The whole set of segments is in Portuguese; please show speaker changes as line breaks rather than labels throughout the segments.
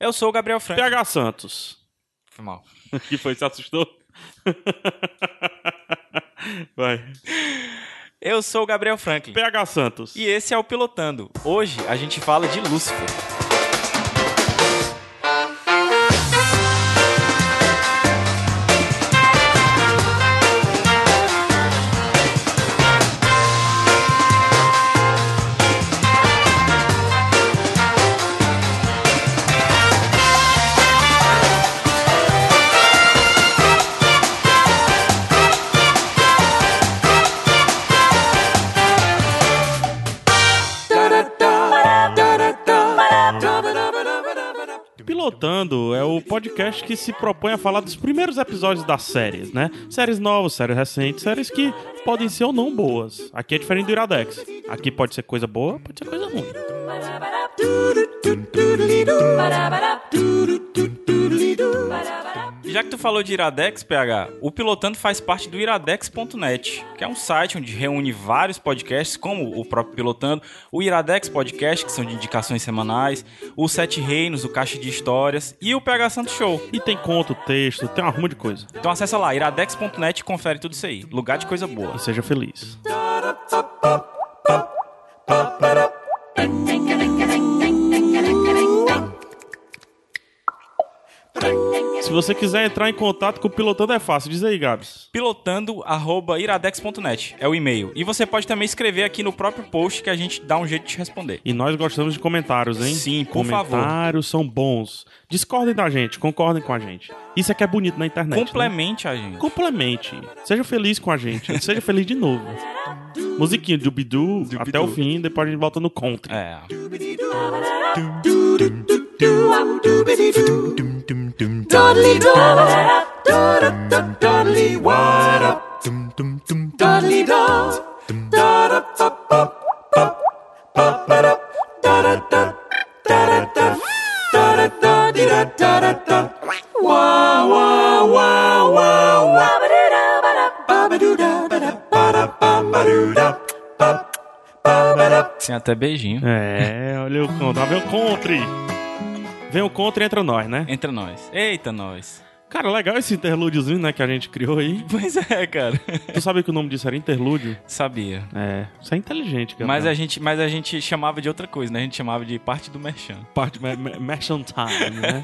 Eu sou o Gabriel Franco.
PH Santos.
Foi mal.
que foi? Se assustou? Vai.
Eu sou o Gabriel Franklin.
PH Santos.
E esse é o Pilotando. Hoje a gente fala de Lúcifer.
Pilotando é o podcast que se propõe a falar dos primeiros episódios das séries, né? Séries novas, séries recentes, séries que podem ser ou não boas. Aqui é diferente do Iradex. Aqui pode ser coisa boa, pode ser coisa ruim.
E Já que tu falou de Iradex, PH, o Pilotando faz parte do iradex.net, que é um site onde reúne vários podcasts, como o próprio Pilotando, o Iradex Podcast, que são de indicações semanais, o Sete Reinos, o Caixa de Histórias e o PH Santo Show.
E tem conto, texto, tem uma ruma de coisa.
Então acessa lá, iradex.net e confere tudo isso aí. Lugar de coisa boa.
E seja feliz. Se você quiser entrar em contato com o Pilotando é fácil. Diz aí, Gabs.
pilotando@iradex.net é o e-mail. E você pode também escrever aqui no próprio post que a gente dá um jeito de te responder.
E nós gostamos de comentários, hein?
Sim, por favor.
Comentários são bons. Discordem da gente, concordem com a gente. Isso é que é bonito na internet. né?
Complemente a gente.
Complemente. Seja feliz com a gente. Seja feliz de novo. Musiquinha do Bidu até o fim, depois a gente volta no country.
É. Tem até beijinho.
É, olha o country. Ah, vem o country. Vem o country entra nós, né?
Entre nós. Eita, nós.
Cara, legal esse interlúdiozinho, né, que a gente criou aí.
Pois é, cara.
Tu sabia que o nome disso era interlúdio?
Sabia.
É, isso é inteligente, cara.
Mas a, gente, mas a gente chamava de outra coisa, né? A gente chamava de parte do merchan.
parte mer mer- merchandise, né?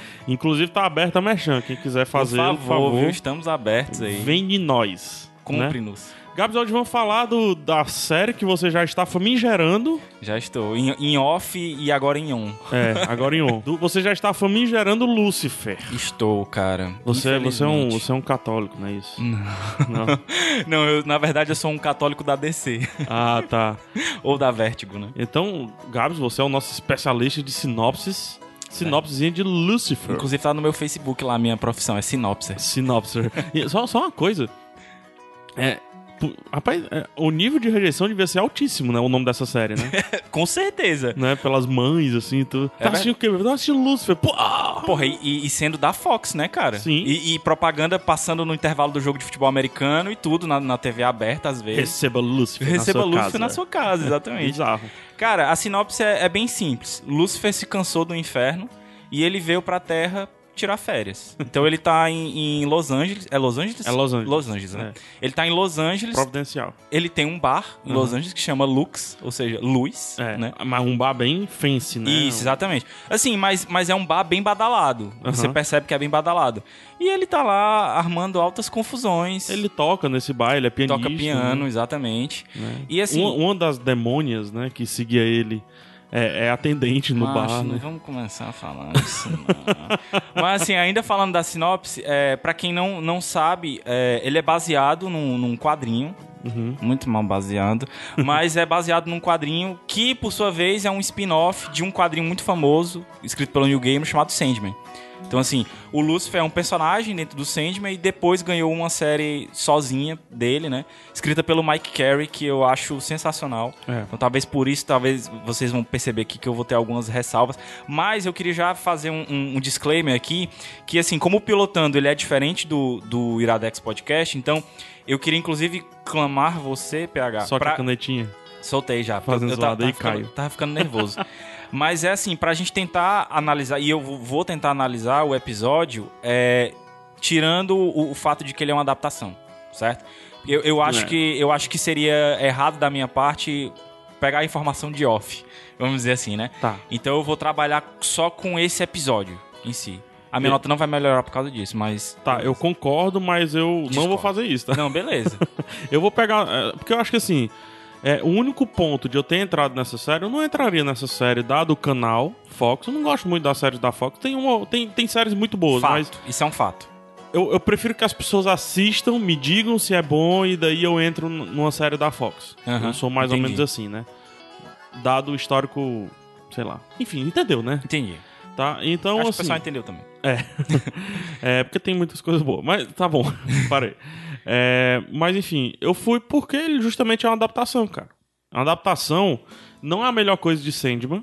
Inclusive tá aberta a merchan, quem quiser fazer,
por favor, viu? Estamos abertos aí.
vem né? de nós. Né?
Cumpre-nos.
Gabs, hoje vamos falar do, da série que você já está famigerando.
Já estou. Em, em off e agora em on.
É, agora em on. Do- Você já está famigerando Lúcifer.
Estou, cara.
Você, você, é um,
Infelizmente.
você é um católico, não é isso? Não.
Não, eu, na verdade eu sou um católico da DC.
Ah, tá.
Ou da Vértigo, né?
Então, Gabs, você é o nosso especialista de sinopses. Sinopsezinha de Lucifer.
Inclusive tá no meu Facebook lá a minha profissão, é sinopse.
Sinopser. E só, só uma coisa. É. pu- Rapaz, é, o nível de rejeição devia ser altíssimo, né? O nome dessa série, né?
Com certeza.
né? Pelas mães, assim, tudo.
É
tá assistindo o quê? Tá assistindo Lucifer. Pô, ah!
Porra, e, e sendo da Fox, né, cara?
Sim.
E, e propaganda passando no intervalo do jogo de futebol americano e tudo na, na TV aberta, às vezes.
Receba Lucifer.
Receba
na sua
Lúcifer
casa. é.
na sua casa, exatamente.
Bizarro.
Cara, a sinopse é, é bem simples. Lúcifer se cansou do inferno e ele veio pra Terra tirar férias. Então ele tá em, em Los Angeles. É Los Angeles?
É Los Angeles.
Los Angeles, né? Ele tá em Los Angeles.
Providencial.
Ele tem um bar em Los Angeles que chama Lux, ou seja, luz,
É.
né?
Mas um bar bem fancy, né?
Isso, exatamente. Assim, mas, mas é um bar bem badalado. Você
Aham.
percebe que é bem badalado. E ele tá lá armando altas confusões.
Ele toca nesse bar, ele é pianista.
toca piano, exatamente.
né?
E assim,
Uma, uma das demônias, né, que seguia ele é, é atendente no
Macho,
bar,
não
né?
vamos começar a falar isso, não. Mas assim, ainda falando da sinopse, é, para quem não, não sabe, é, ele é baseado num, num quadrinho,
Uhum.
muito mal baseado, mas é baseado num quadrinho que, por sua vez, é um spin-off de um quadrinho muito famoso, escrito pelo New Gamer, chamado Sandman. Então, assim, o Lucifer é um personagem dentro do Sandman e depois ganhou uma série sozinha dele, né? Escrita pelo Mike Carey, que eu acho sensacional.
É.
Então, talvez por isso, talvez vocês vão perceber aqui que eu vou ter algumas ressalvas. Mas eu queria já fazer um, um- um disclaimer aqui, que assim, como o Pilotando ele é diferente do, do Iradex Podcast, então eu queria inclusive clamar você, PH,
Só que
Ah, pra-
a canetinha.
Soltei já.
Fazendo
eu tava,
zoada aí,
tava ficando-
Caio.
Tava ficando nervoso. Mas é assim, pra gente tentar analisar, e eu vou tentar analisar o episódio, é, tirando o, o fato de que ele é uma adaptação, certo? Eu, eu, acho
É.
que, eu acho que seria errado da minha parte pegar a informação de off, vamos dizer assim, né?
Tá.
Então eu vou trabalhar só com esse episódio em si. A minha
Eu-
nota não vai melhorar por causa disso, mas.
Tá, eu concordo, mas eu não vou
Discordo.
fazer isso, tá?
Não, beleza.
Eu vou pegar. é, Porque eu acho que assim. É, o único ponto de eu ter entrado nessa série, eu não entraria nessa série, dado o canal Fox. Eu não gosto muito das séries da Fox. Tem, uma, tem, tem séries muito boas, mas
fato. Isso é um fato.
eu, eu prefiro que as pessoas assistam, me digam se é bom e daí eu entro n- numa série da Fox.
Aham,
eu sou mais ou
entendi.
menos assim, né? Dado o histórico, sei lá. Enfim, entendeu, né?
Entendi.
Tá? Então,
acho que o
assim.
pessoal entendeu também.
É, porque tem muitas coisas boas. Mas tá bom, parei. É, mas enfim, eu fui porque ele justamente é uma adaptação, cara. A adaptação não é a melhor coisa de Sandman,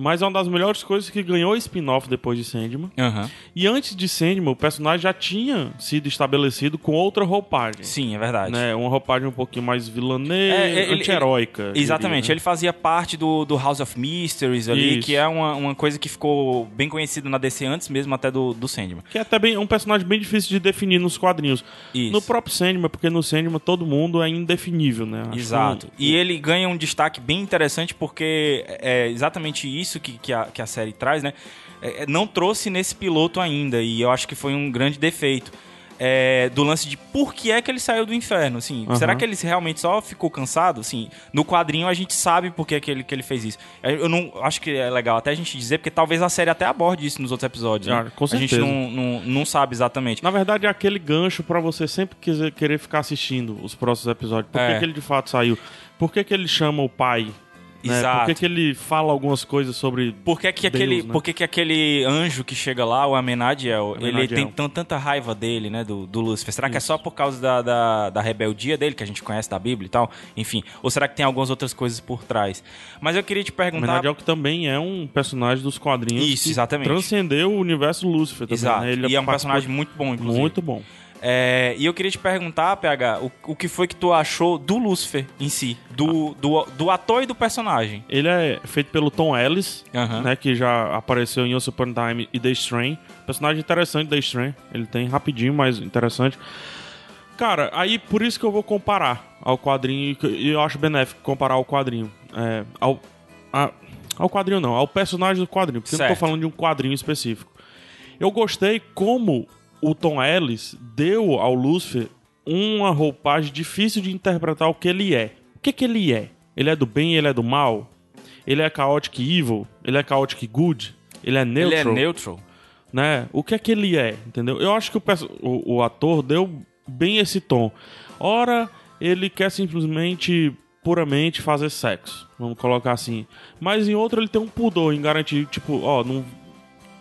mas é uma das melhores coisas que ganhou spin-off depois de Sandman.
Aham.
E antes de Sandman, o personagem já tinha sido estabelecido com outra roupagem.
Sim, é verdade.
Né? Uma roupagem um pouquinho mais
É,
vilaneia,
ele-
anti-heróica. eu diria,
Exatamente,
né?
ele fazia parte do, do House of Mysteries ali,
Isso.
que é uma, uma coisa que ficou bem conhecida na DC antes mesmo até do, do Sandman.
Que é até bem, é um personagem bem difícil de definir nos quadrinhos.
Isso.
No próprio Sandman, porque no Sandman todo mundo é indefinível, né? Acho que
Exato.
não-
E ele ganha um destaque bem interessante porque é exatamente isso que, que, a, que a série traz, né? É, é, não trouxe nesse piloto ainda e eu acho que foi um grande defeito. É, do lance de por que é que ele saiu do inferno, assim.
Aham.
Será que ele realmente só ficou cansado? Assim, no quadrinho a gente sabe por que, que, ele, que ele fez isso. É, Eu não acho que é legal até a gente dizer, porque talvez a série até aborde isso nos outros episódios. né?
Ah, com
a gente
certeza.
não, não, não sabe exatamente.
Na verdade, é aquele gancho pra você sempre quiser, querer ficar assistindo os próximos episódios. Por que
É.
que ele de fato saiu? Por que, que ele chama o pai? né?
Exato.
Por que, que ele fala algumas coisas sobre.
Por que, que
Deus,
aquele,
né?
por que, que aquele anjo que chega lá, o Amenadiel, ele
Amenadiel.
tem tão- tanta raiva dele, né, do, do Lúcifer? Será que é só por causa da, da, da rebeldia dele, que a gente conhece da Bíblia e tal? Enfim, ou será que tem algumas outras coisas por trás? Mas eu queria te
O
perguntar...
Menadiel, que também é um personagem dos quadrinhos.
Isso,
que
exatamente.
Transcendeu o universo Lúcifer também.
Exato,
né?
e é um
participou-
personagem muito bom, inclusive.
muito bom.
É, e eu queria te perguntar, PH, o, o que foi que tu achou do Lúcifer em si? Do, do, do ator e do personagem?
Ele é feito pelo Tom Ellis,
Aham.
né, que já apareceu em Once Upon a Time e The Strain. Personagem interessante The Strain. Ele tem rapidinho, mas interessante. Cara, aí por isso que eu vou comparar ao quadrinho, e que- e eu acho benéfico comparar ao quadrinho. É, ao, a- ao quadrinho não, ao personagem do quadrinho, porque eu não
Certo.
tô falando de um quadrinho específico. Eu gostei como o Tom Ellis deu ao Lúcifer uma roupagem difícil de interpretar o que ele é. O que, que ele é? Ele é do bem, ele é do mal? Ele é chaotic evil? Ele é chaotic good? Ele é neutral?
Ele é neutral?
né? O que é que ele é, entendeu? Eu acho que o, perso- o, o ator deu bem esse tom. Ora, ele quer simplesmente, puramente fazer sexo, vamos colocar assim. Mas em outro ele tem um pudor em garantir, tipo, ó, não,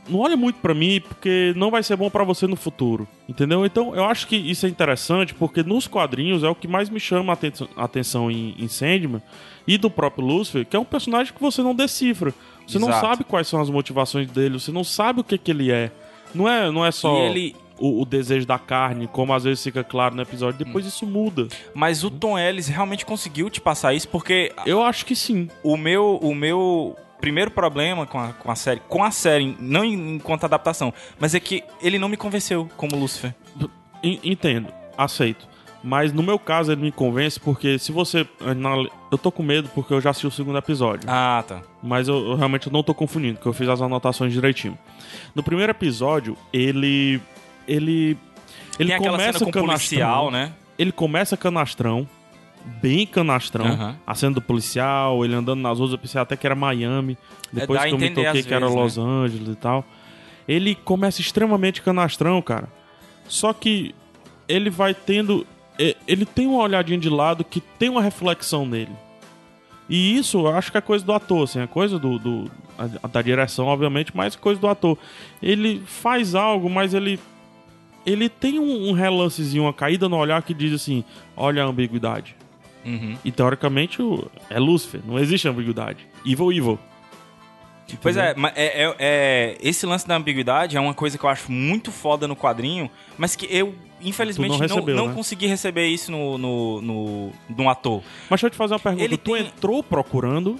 não olha muito pra mim porque não vai ser bom pra você no futuro, entendeu? Então eu acho que isso é interessante porque nos quadrinhos é o que mais me chama a atenção, a atenção em, em Sandman e do próprio Lucifer, que é um personagem que você não decifra. Você não
Exato.
sabe quais são as motivações dele, você não sabe o que, que ele é. Não é, não é só
E ele-
o, o desejo da carne, como às vezes fica claro no episódio, depois
Hum.
isso muda.
Mas o Tom Ellis realmente conseguiu te passar isso, porque
Eu acho que sim.
o meu o meu primeiro problema com a, com a série com a série não em- enquanto adaptação mas é que ele não me convenceu como Lúcifer
En- Entendo, aceito. Mas no meu caso ele me convence porque se você. anal- Eu tô com medo porque eu já assisti o segundo episódio.
ah tá
Mas eu, eu realmente não tô confundindo, porque eu fiz as anotações direitinho. No primeiro episódio, ele. Ele. Ele
tem aquela
começa
cena com o policial né
Ele começa canastrão. Bem canastrão.
Aham.
A cena do policial, ele andando nas ruas, eu pensei até que era Miami.
É,
Depois
dá a
que eu me
entender
toquei
às
que era
vezes, né?
Los Angeles e tal. Ele começa extremamente canastrão, cara. Só que ele vai tendo. e- Ele tem uma olhadinha de lado que tem uma reflexão nele. E isso eu acho que é coisa do ator, assim, é coisa do. do- a- da direção, obviamente, mas coisa do ator. Ele faz algo, mas ele. Ele tem um, um relancezinho, uma caída no olhar que diz assim: olha a ambiguidade.
Uhum.
E teoricamente o- é Lúcifer, não existe ambiguidade. Evil, evil.
Pois é, mas é, é- é- esse lance da ambiguidade é uma coisa que eu acho muito foda no quadrinho, mas que eu, infelizmente,
Tu
não,
não recebeu,
não
né?
consegui receber isso no, no, no, num ator.
Mas deixa eu te fazer uma pergunta.
Ele
tu
tem-
entrou procurando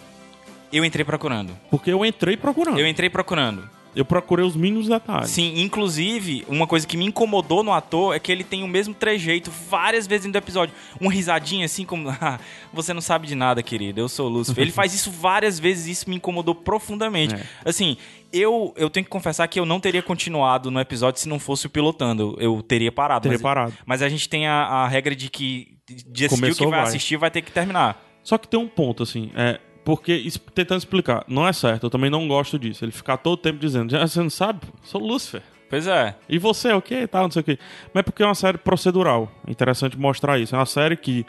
Eu entrei procurando.
Porque eu entrei procurando.
Eu
Eu,
entrei procurando.
procurei os mínimos detalhes.
Sim, inclusive, uma coisa que me incomodou no ator é que ele tem o mesmo trejeito várias vezes dentro do episódio. Um risadinho assim, como. "Ah, você não sabe de nada, querido. Eu sou o Lúcifer. ele faz isso várias vezes e isso me incomodou profundamente.
É.
Assim, eu, eu tenho que confessar que eu não teria continuado no episódio se não fosse o pilotando. Eu teria parado.
Teria
mas,
parado.
mas a gente tem a, a regra de que. De assistir o que
Começou,
vai
vai.
assistir vai ter que terminar.
Só que tem um ponto, assim, é. Porque, es- tentando explicar, não é certo, eu também não gosto disso. Ele ficar todo tempo dizendo, "Ah, você não sabe? Sou Lúcifer.
Pois é.
E você, o quê? Tal, não sei o quê. Mas porque é uma série procedural. É interessante mostrar isso. É uma série que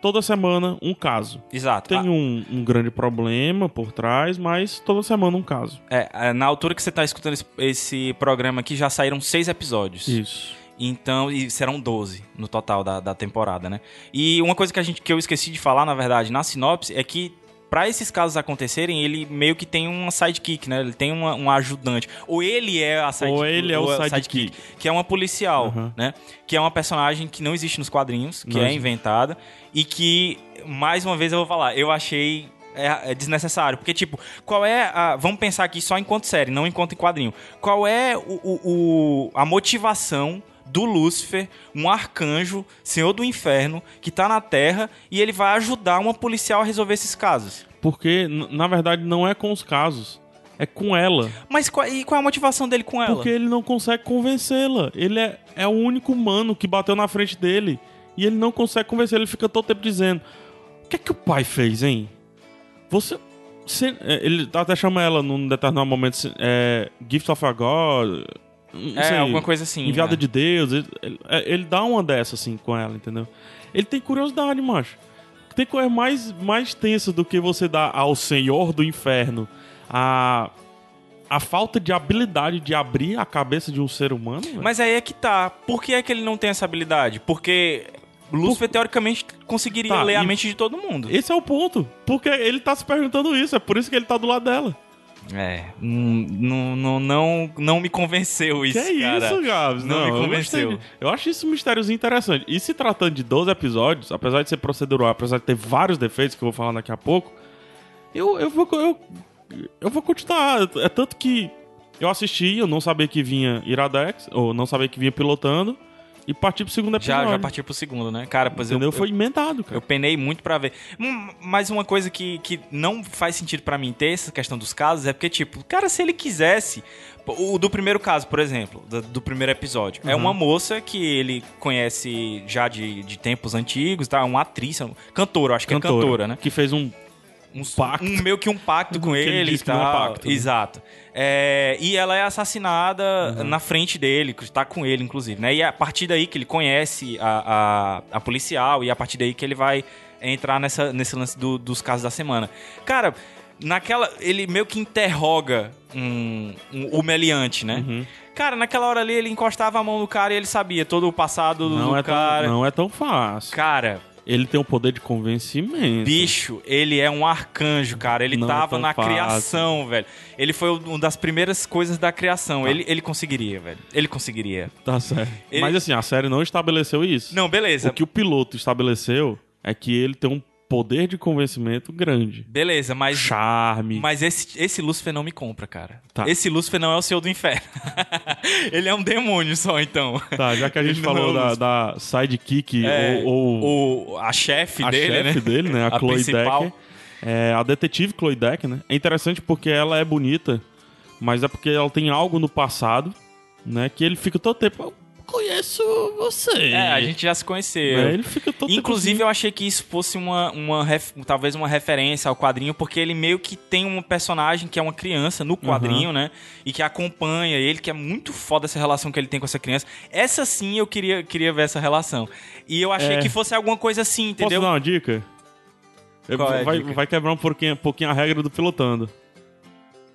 toda semana um caso.
Exato.
Tem
Ah,
um, um grande problema por trás, mas toda semana um caso.
É, é, na altura que você tá escutando esse, esse programa aqui, já saíram seis episódios.
Isso.
Então, e serão 12 no total da, da temporada, né? E uma coisa que, a gente, que eu esqueci de falar, na verdade, na sinopse, é que pra esses casos acontecerem, ele meio que tem uma sidekick, né? Ele tem uma, um ajudante. Ou ele é a sidekick.
Ou ele é o
a
sidekick.
Que é uma policial,
Uhum.
né? Que é uma personagem que não existe nos quadrinhos, que
Não
é
existe.
inventada. E que, mais uma vez, eu vou falar, eu achei... É, é desnecessário, porque, tipo, qual é a. Vamos pensar aqui só enquanto série, não enquanto em quadrinho. Qual é o, o- o- a motivação do Lúcifer, um arcanjo, senhor do inferno, que tá na Terra e ele vai ajudar uma policial a resolver esses casos?
Porque, n- na verdade, não é com os casos. É com ela.
Mas qual, e qual é a motivação dele com ela?
Porque ele não consegue convencê-la. Ele é, é o único humano que bateu na frente dele. E ele não consegue convencer. Ele fica todo tempo dizendo: O que é que o pai fez, hein? Você. você- é, ele até chama ela num determinado momento: assim, é, Gift of a God. não
é,
sei,
alguma coisa assim.
Enviada
né?
de Deus. Ele, ele- é, ele dá uma dessa, assim, com ela, entendeu? Ele tem curiosidade, macho. Tem coisa mais, mais tensa do que você dar ao Senhor do Inferno a, a falta de habilidade de abrir a cabeça de um ser humano. velho.
Mas aí é que tá. Por que é que ele não tem essa habilidade? Porque Lúcifer, teoricamente, conseguiria
Tá,
ler a
e-
mente de todo mundo.
Esse é o ponto. Porque ele tá se perguntando isso. É por isso que ele tá do lado dela.
É, hum, não, não, não, não me convenceu isso,
que é
cara.
isso, Gabs?
não me
eu gostei
convenceu.
de- Eu, acho isso um mistériozinho interessante. E se tratando de 12 episódios, apesar de ser procedural, apesar de ter vários defeitos que eu vou falar daqui a pouco, eu, eu, vou, eu, eu vou continuar. É tanto que eu assisti, eu não sabia que vinha Iradex, ou não sabia que vinha pilotando, e parti pro segundo
Já,
episódio.
já partiu pro segundo, né? Cara, pois eu,
Entendeu?
eu,
Foi emendado, cara.
eu penei muito pra ver. Hum, Mas uma coisa que, que não faz sentido pra mim ter essa questão dos casos é porque, tipo, cara, se ele quisesse. O do primeiro caso, por exemplo, do, do primeiro episódio. É
Uhum.
uma moça que ele conhece já de, de tempos antigos, tá? Uma atriz, uma- cantora, eu acho que é cantora, né?
Que fez um
um
pacto.
um- meio que um pacto com
Que ele
ele e
diz que não é
tal.
pacto, né?
Exato. É, e ela é assassinada
Uhum.
na frente dele, que tá com ele, inclusive, né? E é a partir daí que ele conhece a, a, a policial, e é a partir daí que ele vai entrar nessa, nesse lance do- dos casos da semana. Cara, naquela. Ele meio que interroga um, um- o meliante, né?
Uhum.
Cara, naquela hora ali ele encostava a mão no cara e ele sabia todo o passado
Não
do
é,
cara.
tão, não é tão fácil.
Cara,
Ele tem o poder de convencimento.
Bicho, ele é um arcanjo, cara. Ele
Não é
tava
tão
na
fácil.
criação, velho. Ele foi uma das primeiras coisas da criação. Ele, ele conseguiria, velho. Ele conseguiria.
Tá certo.
Ele-
Mas assim, a série não estabeleceu isso.
Não, beleza.
O que o piloto estabeleceu é que ele tem um poder de convencimento grande.
Beleza, mas.
Charme.
Mas esse, esse Lúcifer não me compra, cara.
Tá.
Esse Lúcifer não é o seu do inferno. ele é um demônio só, então.
Tá, já que a gente
Não,
falou da, da sidekick
É,
ou, ou
o, a chefe
a
dele,
chefe
né?
dele, né? A,
A
Chloe
principal.
Decker. É, a detetive Chloe Decker, né? É interessante porque ela é bonita, mas é porque ela tem algo no passado, né? Que ele fica todo tempo. Eu conheço você.
É, a gente já se conheceu.
Né, Ele fica todo tempo
Inclusive, eu achei que isso fosse uma, uma ref- talvez uma referência ao quadrinho, porque ele meio que tem um personagem que é uma criança no quadrinho, né? E que acompanha ele, que é muito foda essa relação que ele tem com essa criança. Essa sim eu queria, queria ver essa relação. E eu achei
É.
que fosse alguma coisa assim, entendeu?
Posso dar uma dica?
Qual é a
vai,
dica?
vai quebrar um pouquinho, um pouquinho a regra do pilotando.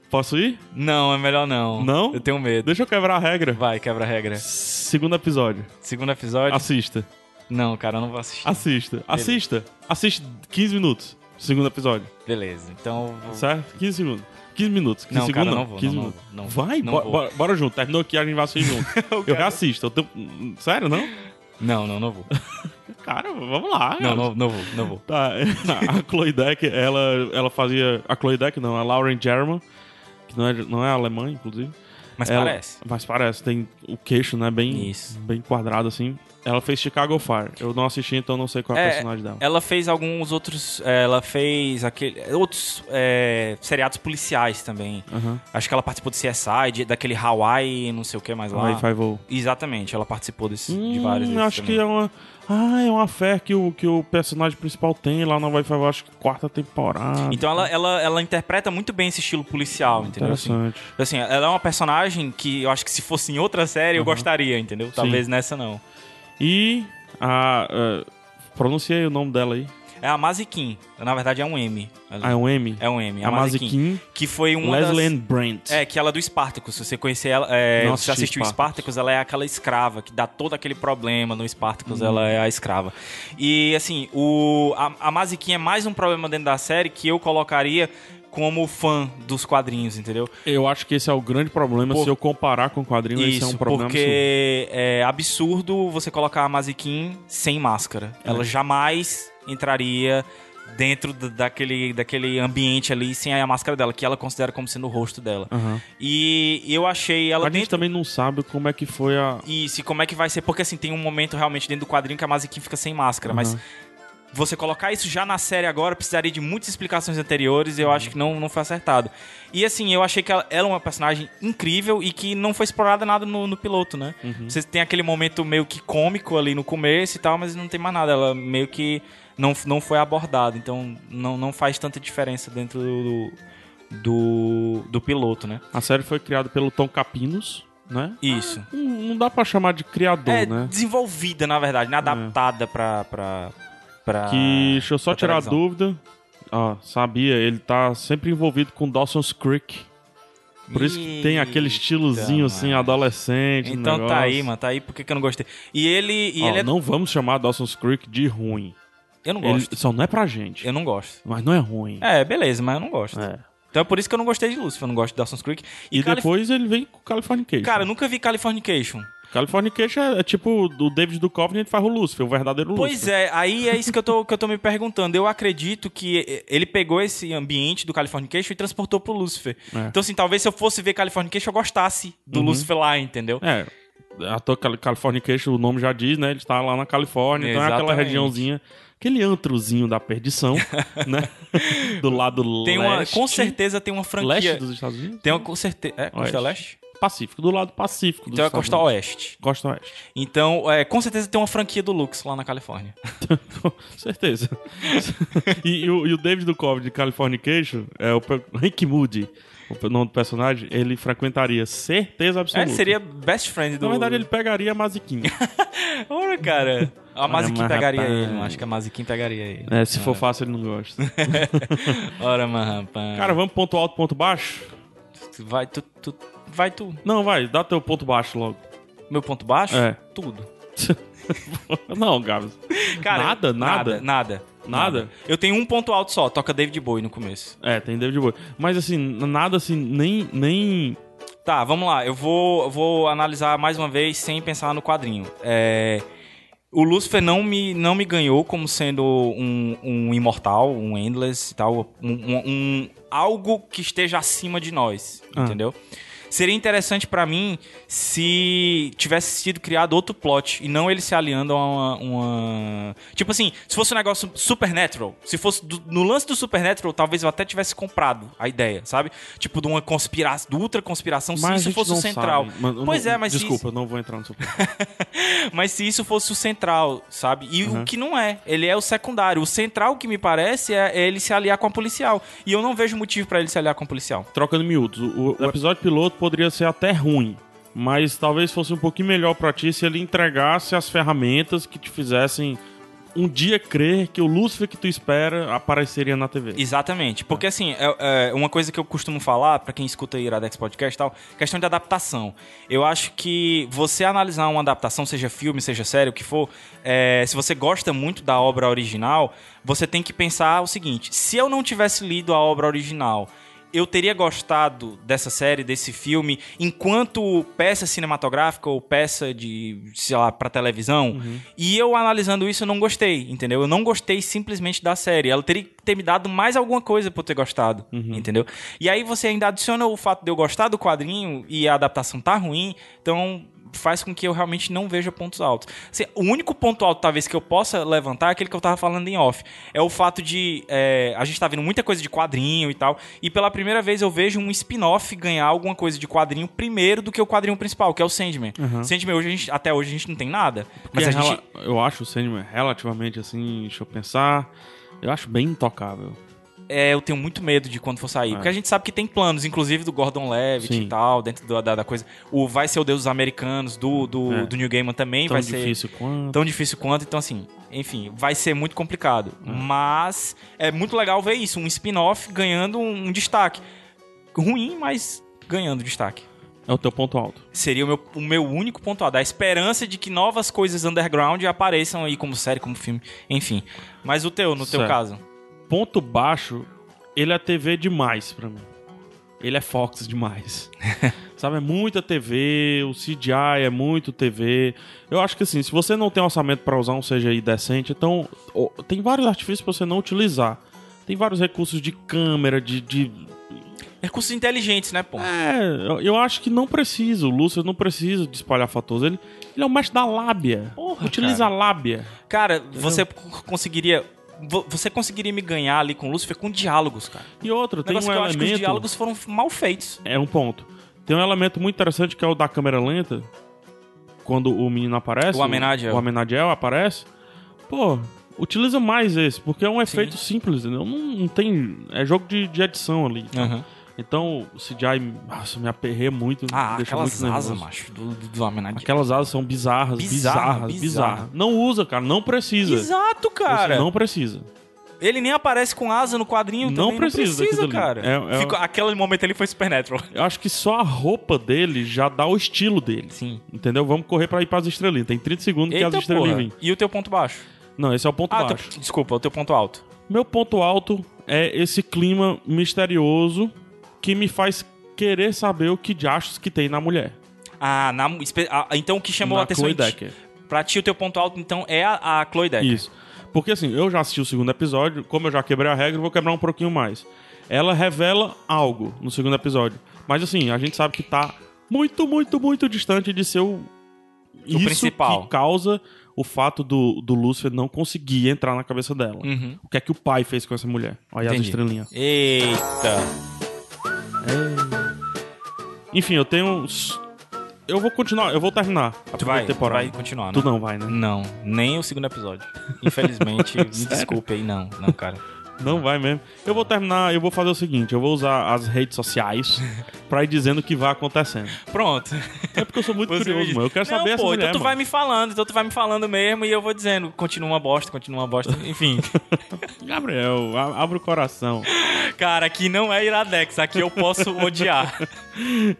Posso ir?
Não, é melhor não.
Não?
Eu tenho medo.
Deixa eu quebrar a regra.
Vai, quebra a regra.
Segundo episódio.
Segundo episódio?
Assista.
Não, cara, eu não vou assistir.
Assista. Assista. Assiste 15 minutos. Segundo episódio.
Beleza, então. eu vou-
Certo? 15 segundos. 15 minutos. 15
Não,
segundos.
cara, não vou,
15
não, não
minutos.
vou, não vou,
vai,
não
bora,
vou.
bora- bora junto. Terminou aqui, a gente vai assistir junto. eu reassisto. eu tenho- Sério, não?
Não, não, não vou.
Cara, vamos lá.
Não, não, não vou, não vou.
Tá, a Chloe Deck, ela, ela fazia. A Chloe Deck não, a Lauren German, que não é, não é alemã, inclusive.
Mas
Ela-
parece.
Mas parece, tem o queixo, né? Bem,
Isso.
bem quadrado, assim. Ela fez Chicago Fire. Eu não assisti, então não sei qual é, a personagem dela.
Ela fez alguns outros. é, Ela fez aquele, outros é, seriados policiais também.
Aham.
Acho que ela participou de CSI, de- daquele Hawaii, não sei o que mais lá.
Aí faz voo.
Exatamente, ela participou desse, É. de
Hum,
vários.
eu acho que é uma. Ah, é uma fé que o, que o personagem principal tem lá na Wi-Fi, acho que quarta temporada.
Então ela, ela, ela interpreta muito bem esse estilo policial, entendeu? Assim,
Interessante.
assim, ela é uma personagem que eu acho que se fosse em outra série eu gostaria, entendeu? Talvez nessa não.
E a. ah, pronunciei o nome dela aí.
É a Mazikin. Na verdade é um M.
A é um M.
É um M. É
a
a Mazikin.
Mazikin.
Que foi uma das-
Leslie Ann Brandt.
É, que ela é do Spartacus. Se você conhecer ela, é,
Não
se você
assisti
assistiu
Spartacus.
Spartacus, ela é aquela escrava que dá todo aquele problema no Spartacus, ela é a escrava. E assim, o, a, a Mazikin é mais um problema dentro da série que eu colocaria como fã dos quadrinhos, entendeu?
Eu acho que esse é o grande problema.
Por-
Se eu comparar com o quadrinho, esse é um problema absurdo.
porque é absurdo você colocar a Mazikin sem máscara.
É.
Ela jamais entraria dentro da- daquele, daquele ambiente ali sem a máscara dela, que ela considera como sendo o rosto dela.
Aham.
E eu achei ela
Ah. A gente
dentro...
também não sabe como é que foi a.
Isso, e como é que vai ser? Porque assim, tem um momento realmente dentro do quadrinho que a Mazikin fica sem máscara, mas você colocar isso já na série agora precisaria de muitas explicações anteriores e eu acho que não, não foi acertado. E assim, eu achei que ela, ela é uma personagem incrível e que não foi explorada nada no, no piloto, né? Você tem aquele momento meio que cômico ali no começo e tal, mas não tem mais nada. Ela meio que não, não foi abordada, então não, não faz tanta diferença dentro do, do, do piloto, né?
A série foi criada pelo Tom Capinos, né?
Isso.
Não, não dá pra chamar de criador,
é
né?
desenvolvida, na verdade, né? adaptada pra, pra, pra.
Que, deixa eu só
pra
tirar a
Ah, tá televisão.
dúvida. Ó, sabia, ele tá sempre envolvido com Dawson's Creek. Por isso que tem aquele
Eita,
estilozinho assim,
mano.
adolescente. um
Então
negócio.
tá aí, mano, tá aí porque que eu não gostei. E ele. E
Ó,
ele é...
Não vamos chamar Dawson's Creek de ruim.
Eu não
Ele
gosto.
só não é pra gente.
Eu não gosto.
Mas não é ruim.
É, beleza, mas eu não gosto.
É.
Então é por isso que eu não gostei de Lucifer, eu não gosto de Dawson's Creek.
E,
Calif-
depois ele vem com Californication.
Cara, eu nunca vi Californication.
Californication é, é tipo do David Duchovny, ele faz o Lucifer, o verdadeiro
Pois
Lucifer.
é, aí é isso que eu, tô, que eu tô me perguntando. Eu acredito que ele pegou esse ambiente do Californication e transportou pro Lucifer.
É. Uhum.
Então, assim, talvez se eu fosse ver Californication, eu gostasse do Lucifer lá, entendeu?
É, a toa Cali- Californication, o nome já diz, né? Ele está lá na Califórnia, então é aquela
Exatamente.
regiãozinha, aquele antrozinho da perdição, né? Do lado
Tem uma,
leste.
com certeza é. tem uma franquia.
Leste dos Estados Unidos?
Tem uma com certeza. É, Costa
Oeste.
Leste?
Pacífico, do lado pacífico dos
Então é
Estados
Costa
Unidos.
Oeste.
Costa Oeste.
Então, é, com certeza tem uma franquia do Lux lá na Califórnia.
Certeza. e, e o, e o David Duchovny de Californication, é o pe- Rick Moody, o nome do personagem, ele frequentaria certeza
É,
absoluta.
ele seria best friend do.
Na verdade, ele pegaria a Maziquinha.
Ora, cara. A Mazikin
mas,
pegaria
rapaz.
ele, mano. Acho que a Mazikin pegaria ele.
É, se for fácil, ele não gosta.
É. Ora, mano, rapaz.
Cara, vamos ponto alto, ponto baixo?
Tu vai tu, tu. Vai tu.
Não, vai, dá teu ponto baixo logo.
Meu ponto baixo?
É.
Tudo.
não, Gabs.
Cara,
Nada,
eu-
nada?
Nada, nada.
Nada?
Eu tenho um ponto alto só. Toca David Bowie no começo.
É, tem David Bowie. Mas assim, n- nada assim, nem. nem...
Tá, vamos lá. Eu vou, eu vou analisar mais uma vez sem pensar no quadrinho. É, O Lucifer não me, não me ganhou como sendo um, um imortal, um endless e tal, um, um- um- algo que esteja acima de nós,
Ah.
entendeu? Seria interessante pra mim se tivesse sido criado outro plot e não ele se aliando a uma, uma- Tipo assim, se fosse um negócio supernatural, se fosse do- no lance do supernatural, talvez eu até tivesse comprado a ideia, sabe? Tipo de uma conspiração, de ultra conspiração,
a
se isso
gente
fosse o
não
central.
sabe. Mas-
pois
não-
é, mas se
Desculpa, eu não vou entrar no seu ponto.
mas se isso fosse o central, sabe? E
Uhum.
o que não é. Ele é o secundário. O central, que me parece, é ele se aliar com a policial. E eu não vejo motivo pra ele se aliar com a policial.
Trocando miúdos, o, o episódio piloto poderia ser até ruim. Mas talvez fosse um pouquinho melhor pra ti se ele entregasse as ferramentas que te fizessem um dia crer que o Lúcifer que tu espera apareceria na TV.
Exatamente. Porque, assim, é, é uma coisa que eu costumo falar, pra quem escuta Iradex Podcast e tal, questão de adaptação. Eu acho que você analisar uma adaptação, seja filme, seja série, o que for, é, se você gosta muito da obra original, você tem que pensar o seguinte: se eu não tivesse lido a obra original. eu teria gostado dessa série, desse filme, enquanto peça cinematográfica ou peça de, sei lá, pra televisão. E eu analisando isso, eu não gostei, entendeu? Eu não gostei simplesmente da série. Ela teria que ter me dado mais alguma coisa pra eu ter gostado, entendeu? E aí você ainda adiciona o fato de eu gostar do quadrinho e a adaptação tá ruim, então faz com que eu realmente não veja pontos altos. Assim, o único ponto alto, talvez, que eu possa levantar é aquele que eu tava falando em off. É o fato de é, a gente tá vendo muita coisa de quadrinho e tal, e pela primeira vez eu vejo um spin-off ganhar alguma coisa de quadrinho primeiro do que o quadrinho principal, que é o Sandman. Sandman, hoje a gente, até hoje a gente não tem nada. Mas
Uhum. Porque é
a gente...
rela- Eu acho o Sandman relativamente assim, deixa eu pensar. Eu acho bem intocável.
É, eu tenho muito medo de quando for sair. Porque a gente sabe que tem planos, inclusive do Gordon Levitt
É. Sim.
e tal, dentro do- da, da coisa. O Vai Ser o Deus dos Americanos, do, do,
É.
do New Gaiman também
Tão
vai ser
difícil quanto.
tão difícil quanto. Então, assim, enfim, vai ser muito complicado. Mas é muito legal ver isso, um spin-off ganhando um, um destaque. Ruim, mas ganhando destaque.
É o teu ponto alto.
Seria o meu, o meu único ponto a dar. A esperança de que novas coisas underground apareçam aí, como série, como filme, enfim. Mas o teu, no teu
Certo.
caso.
Ponto baixo, ele é TV demais pra mim. Ele é Fox demais. Sabe, é muita TV, o CGI é muito TV. Eu acho que assim, se você não tem orçamento pra usar um CGI decente, então o- tem vários artifícios pra você não utilizar. Tem vários recursos de câmera, de- de
Recursos É inteligentes, né, pô?
É, eu, eu acho que não precisa. O Lúcio não precisa de espalhar fatores. Ele, ele é o mestre da lábia.
Porra,
Utiliza
cara.
a lábia.
Cara, você c- conseguiria. vo- Você conseguiria me ganhar ali com o Lúcifer com diálogos, cara.
E outro,
O
tem um
É negócio que eu acho que os
elemento.
diálogos foram mal feitos.
É um ponto. Tem um elemento muito interessante que é o da câmera lenta. Quando o menino aparece.
O Amenadiel.
O Amenadiel aparece. Pô, utiliza mais esse, porque é um efeito simples, entendeu? Não, não tem. É jogo de, de edição ali. Então, o CGI, nossa, me aperrei muito.
Ah,
me deixa
aquelas
muito
asas,
nervoso.
macho, do, do, do Amenadiel.
Aquelas asas são bizarras,
Bizarra,
bizarras, bizarras.
bizarra.
Não usa, cara, não precisa.
Exato, cara.
Você não precisa.
Ele nem aparece com asa no quadrinho
Não
também.
precisa
não precisa
daquilo ali.
cara.
É- é-
Ficou- Aquele momento ali foi Supernatural.
Eu acho que só a roupa dele já dá o estilo dele.
Sim.
Entendeu? Vamos correr pra ir pras estrelinhas. Tem 30 segundos que as
Eita,
estrelinhas
porra.
vêm.
E o teu ponto baixo?
Não, esse é o ponto
ah,
baixo.
teu- desculpa, o teu ponto alto.
Meu ponto alto é esse clima misterioso que me faz querer saber o que de achos que tem na mulher.
Ah, na- espe- ah, então o que chamou
na
a atenção
Chloe
em ti-
Decker.
pra ti, o teu ponto alto, então, é a, a Chloe Decker.
Isso. Porque assim, eu já assisti o segundo episódio, como eu já quebrei a regra, eu vou quebrar um pouquinho mais. Ela revela algo no segundo episódio. Mas assim, a gente sabe que tá muito, muito, muito distante de ser o, Isso
principal.
que causa o fato do, do Lúcifer não conseguir entrar na cabeça dela.
Uhum.
O que é que o pai fez com essa mulher? Olha as
Entendi.
estrelinhas.
Eita.
Enfim, eu tenho. uns- Eu vou continuar, eu vou terminar a
Tu
primeira
vai, tu
temporada.
vai continuar, né?
Tu não vai, né?
Não, nem o segundo episódio. Infelizmente, me desculpe aí, não, não, cara.
Não vai mesmo. Eu vou terminar, eu vou fazer o seguinte, eu vou usar as redes sociais pra ir dizendo o que vai acontecendo.
Pronto.
É porque eu sou muito
Você me
curioso,
diz.
mano. Eu quero
não,
saber essa
pô,
mulher,
então tu
mano.
vai me falando, então tu vai me falando mesmo e eu vou dizendo, continua uma bosta, continua uma bosta, enfim.
Gabriel, a- abre o coração.
cara, aqui não é Iradex, aqui eu posso odiar.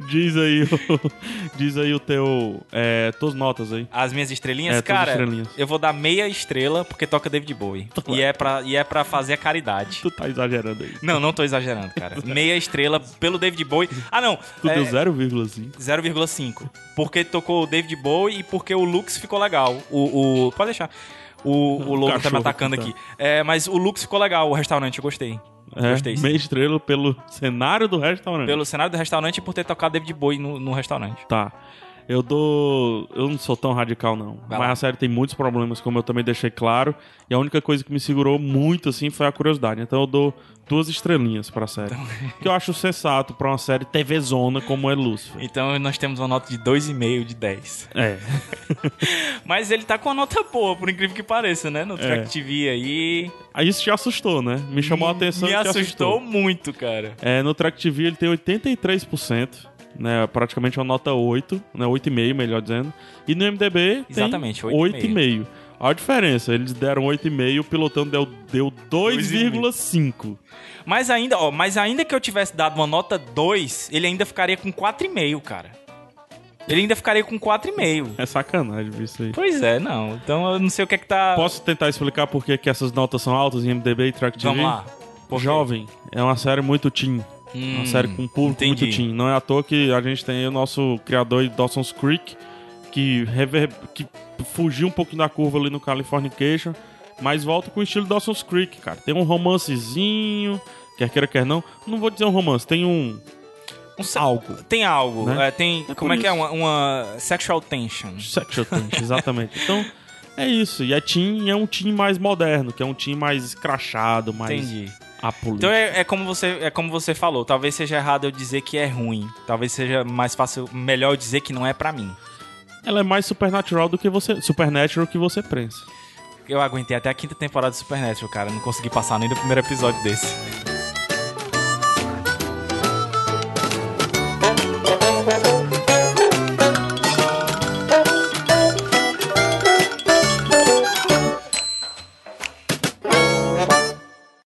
Diz aí o, diz aí o teu... É, tuas notas aí.
As minhas estrelinhas,
É, tuas
cara,
estrelinhas.
eu vou dar meia estrela porque toca David Bowie. E é, pra, e é pra fazer a caridade.
Tu tá exagerando aí.
Não, não tô exagerando, cara. Meia estrela pelo David Bowie. Ah, não.
Tu
é,
deu 0,5.
0,5. Porque tocou o David Bowie e porque o Lux ficou legal. O. o- pode deixar. O, o Logan tá me
cachorro
atacando
que tá.
aqui. É, mas o Lux ficou legal, o restaurante, eu gostei. Gostei.
É,
sim.
meia estrela pelo cenário do restaurante.
Pelo cenário do restaurante e por ter tocado David Bowie no, no restaurante.
Tá. Eu dou. Eu não sou tão radical, não.
Vai
Mas
lá.
a série tem muitos problemas, como eu também deixei claro. E a única coisa que me segurou muito, assim, foi a curiosidade. Então eu dou duas estrelinhas pra série. que eu acho sensato pra uma série TV Zona como é Lucifer.
Então nós temos uma nota de 2,5 de 10.
É.
Mas ele tá com uma nota boa, por incrível que pareça, né?
É.
No Track TV aí.
Aí isso te assustou, né? Me chamou a atenção
Me
e te
assustou, muito, cara.
É, no Track TV ele tem 83%, né? Praticamente uma nota 8, né? 8,5, melhor dizendo. E no MDB tem
Exatamente, 8,5.
8,5. Olha a diferença, eles deram 8,5, o pilotão deu, deu 2,5.
Mas ainda, ó, mas ainda que eu tivesse dado uma nota 2, ele ainda ficaria com 4,5, cara. Ele ainda ficaria com 4,5.
É sacanagem isso aí.
Pois é, não. Então eu não sei o que é que tá.
Posso tentar explicar por que, que essas notas são altas em MDB e Track TV?
Vamos lá. Por quê? Hum,
Jovem, é uma série muito teen. uma série com um público
entendi.
muito teen. Não é à toa que a gente tem aí o nosso criador aí, Dawson's Creek, que, rever... que fugiu um pouquinho da curva ali no Californication, mas volta com o estilo Dawson's Creek, cara. Tem um romancezinho, quer queira, quer não. Não vou dizer um romance, tem um...
Um se- Tem algo.
Né?
é, tem.
É
como é
por
que é?
isso.
Uma, uma sexual tension.
um Sexual tension, exatamente. Então, é isso. E é teen, é um teen mais moderno, que é um teen mais escrachado, mais
Entendi.
apolítico.
Então é, é como você, é como você falou. Talvez seja errado eu dizer que é ruim. Talvez seja mais fácil, melhor eu dizer que não é pra mim.
Ela é mais supernatural do que você... Supernatural que você pensa.
Eu aguentei até a quinta temporada do Supernatural, cara. Não consegui passar nem do primeiro episódio desse.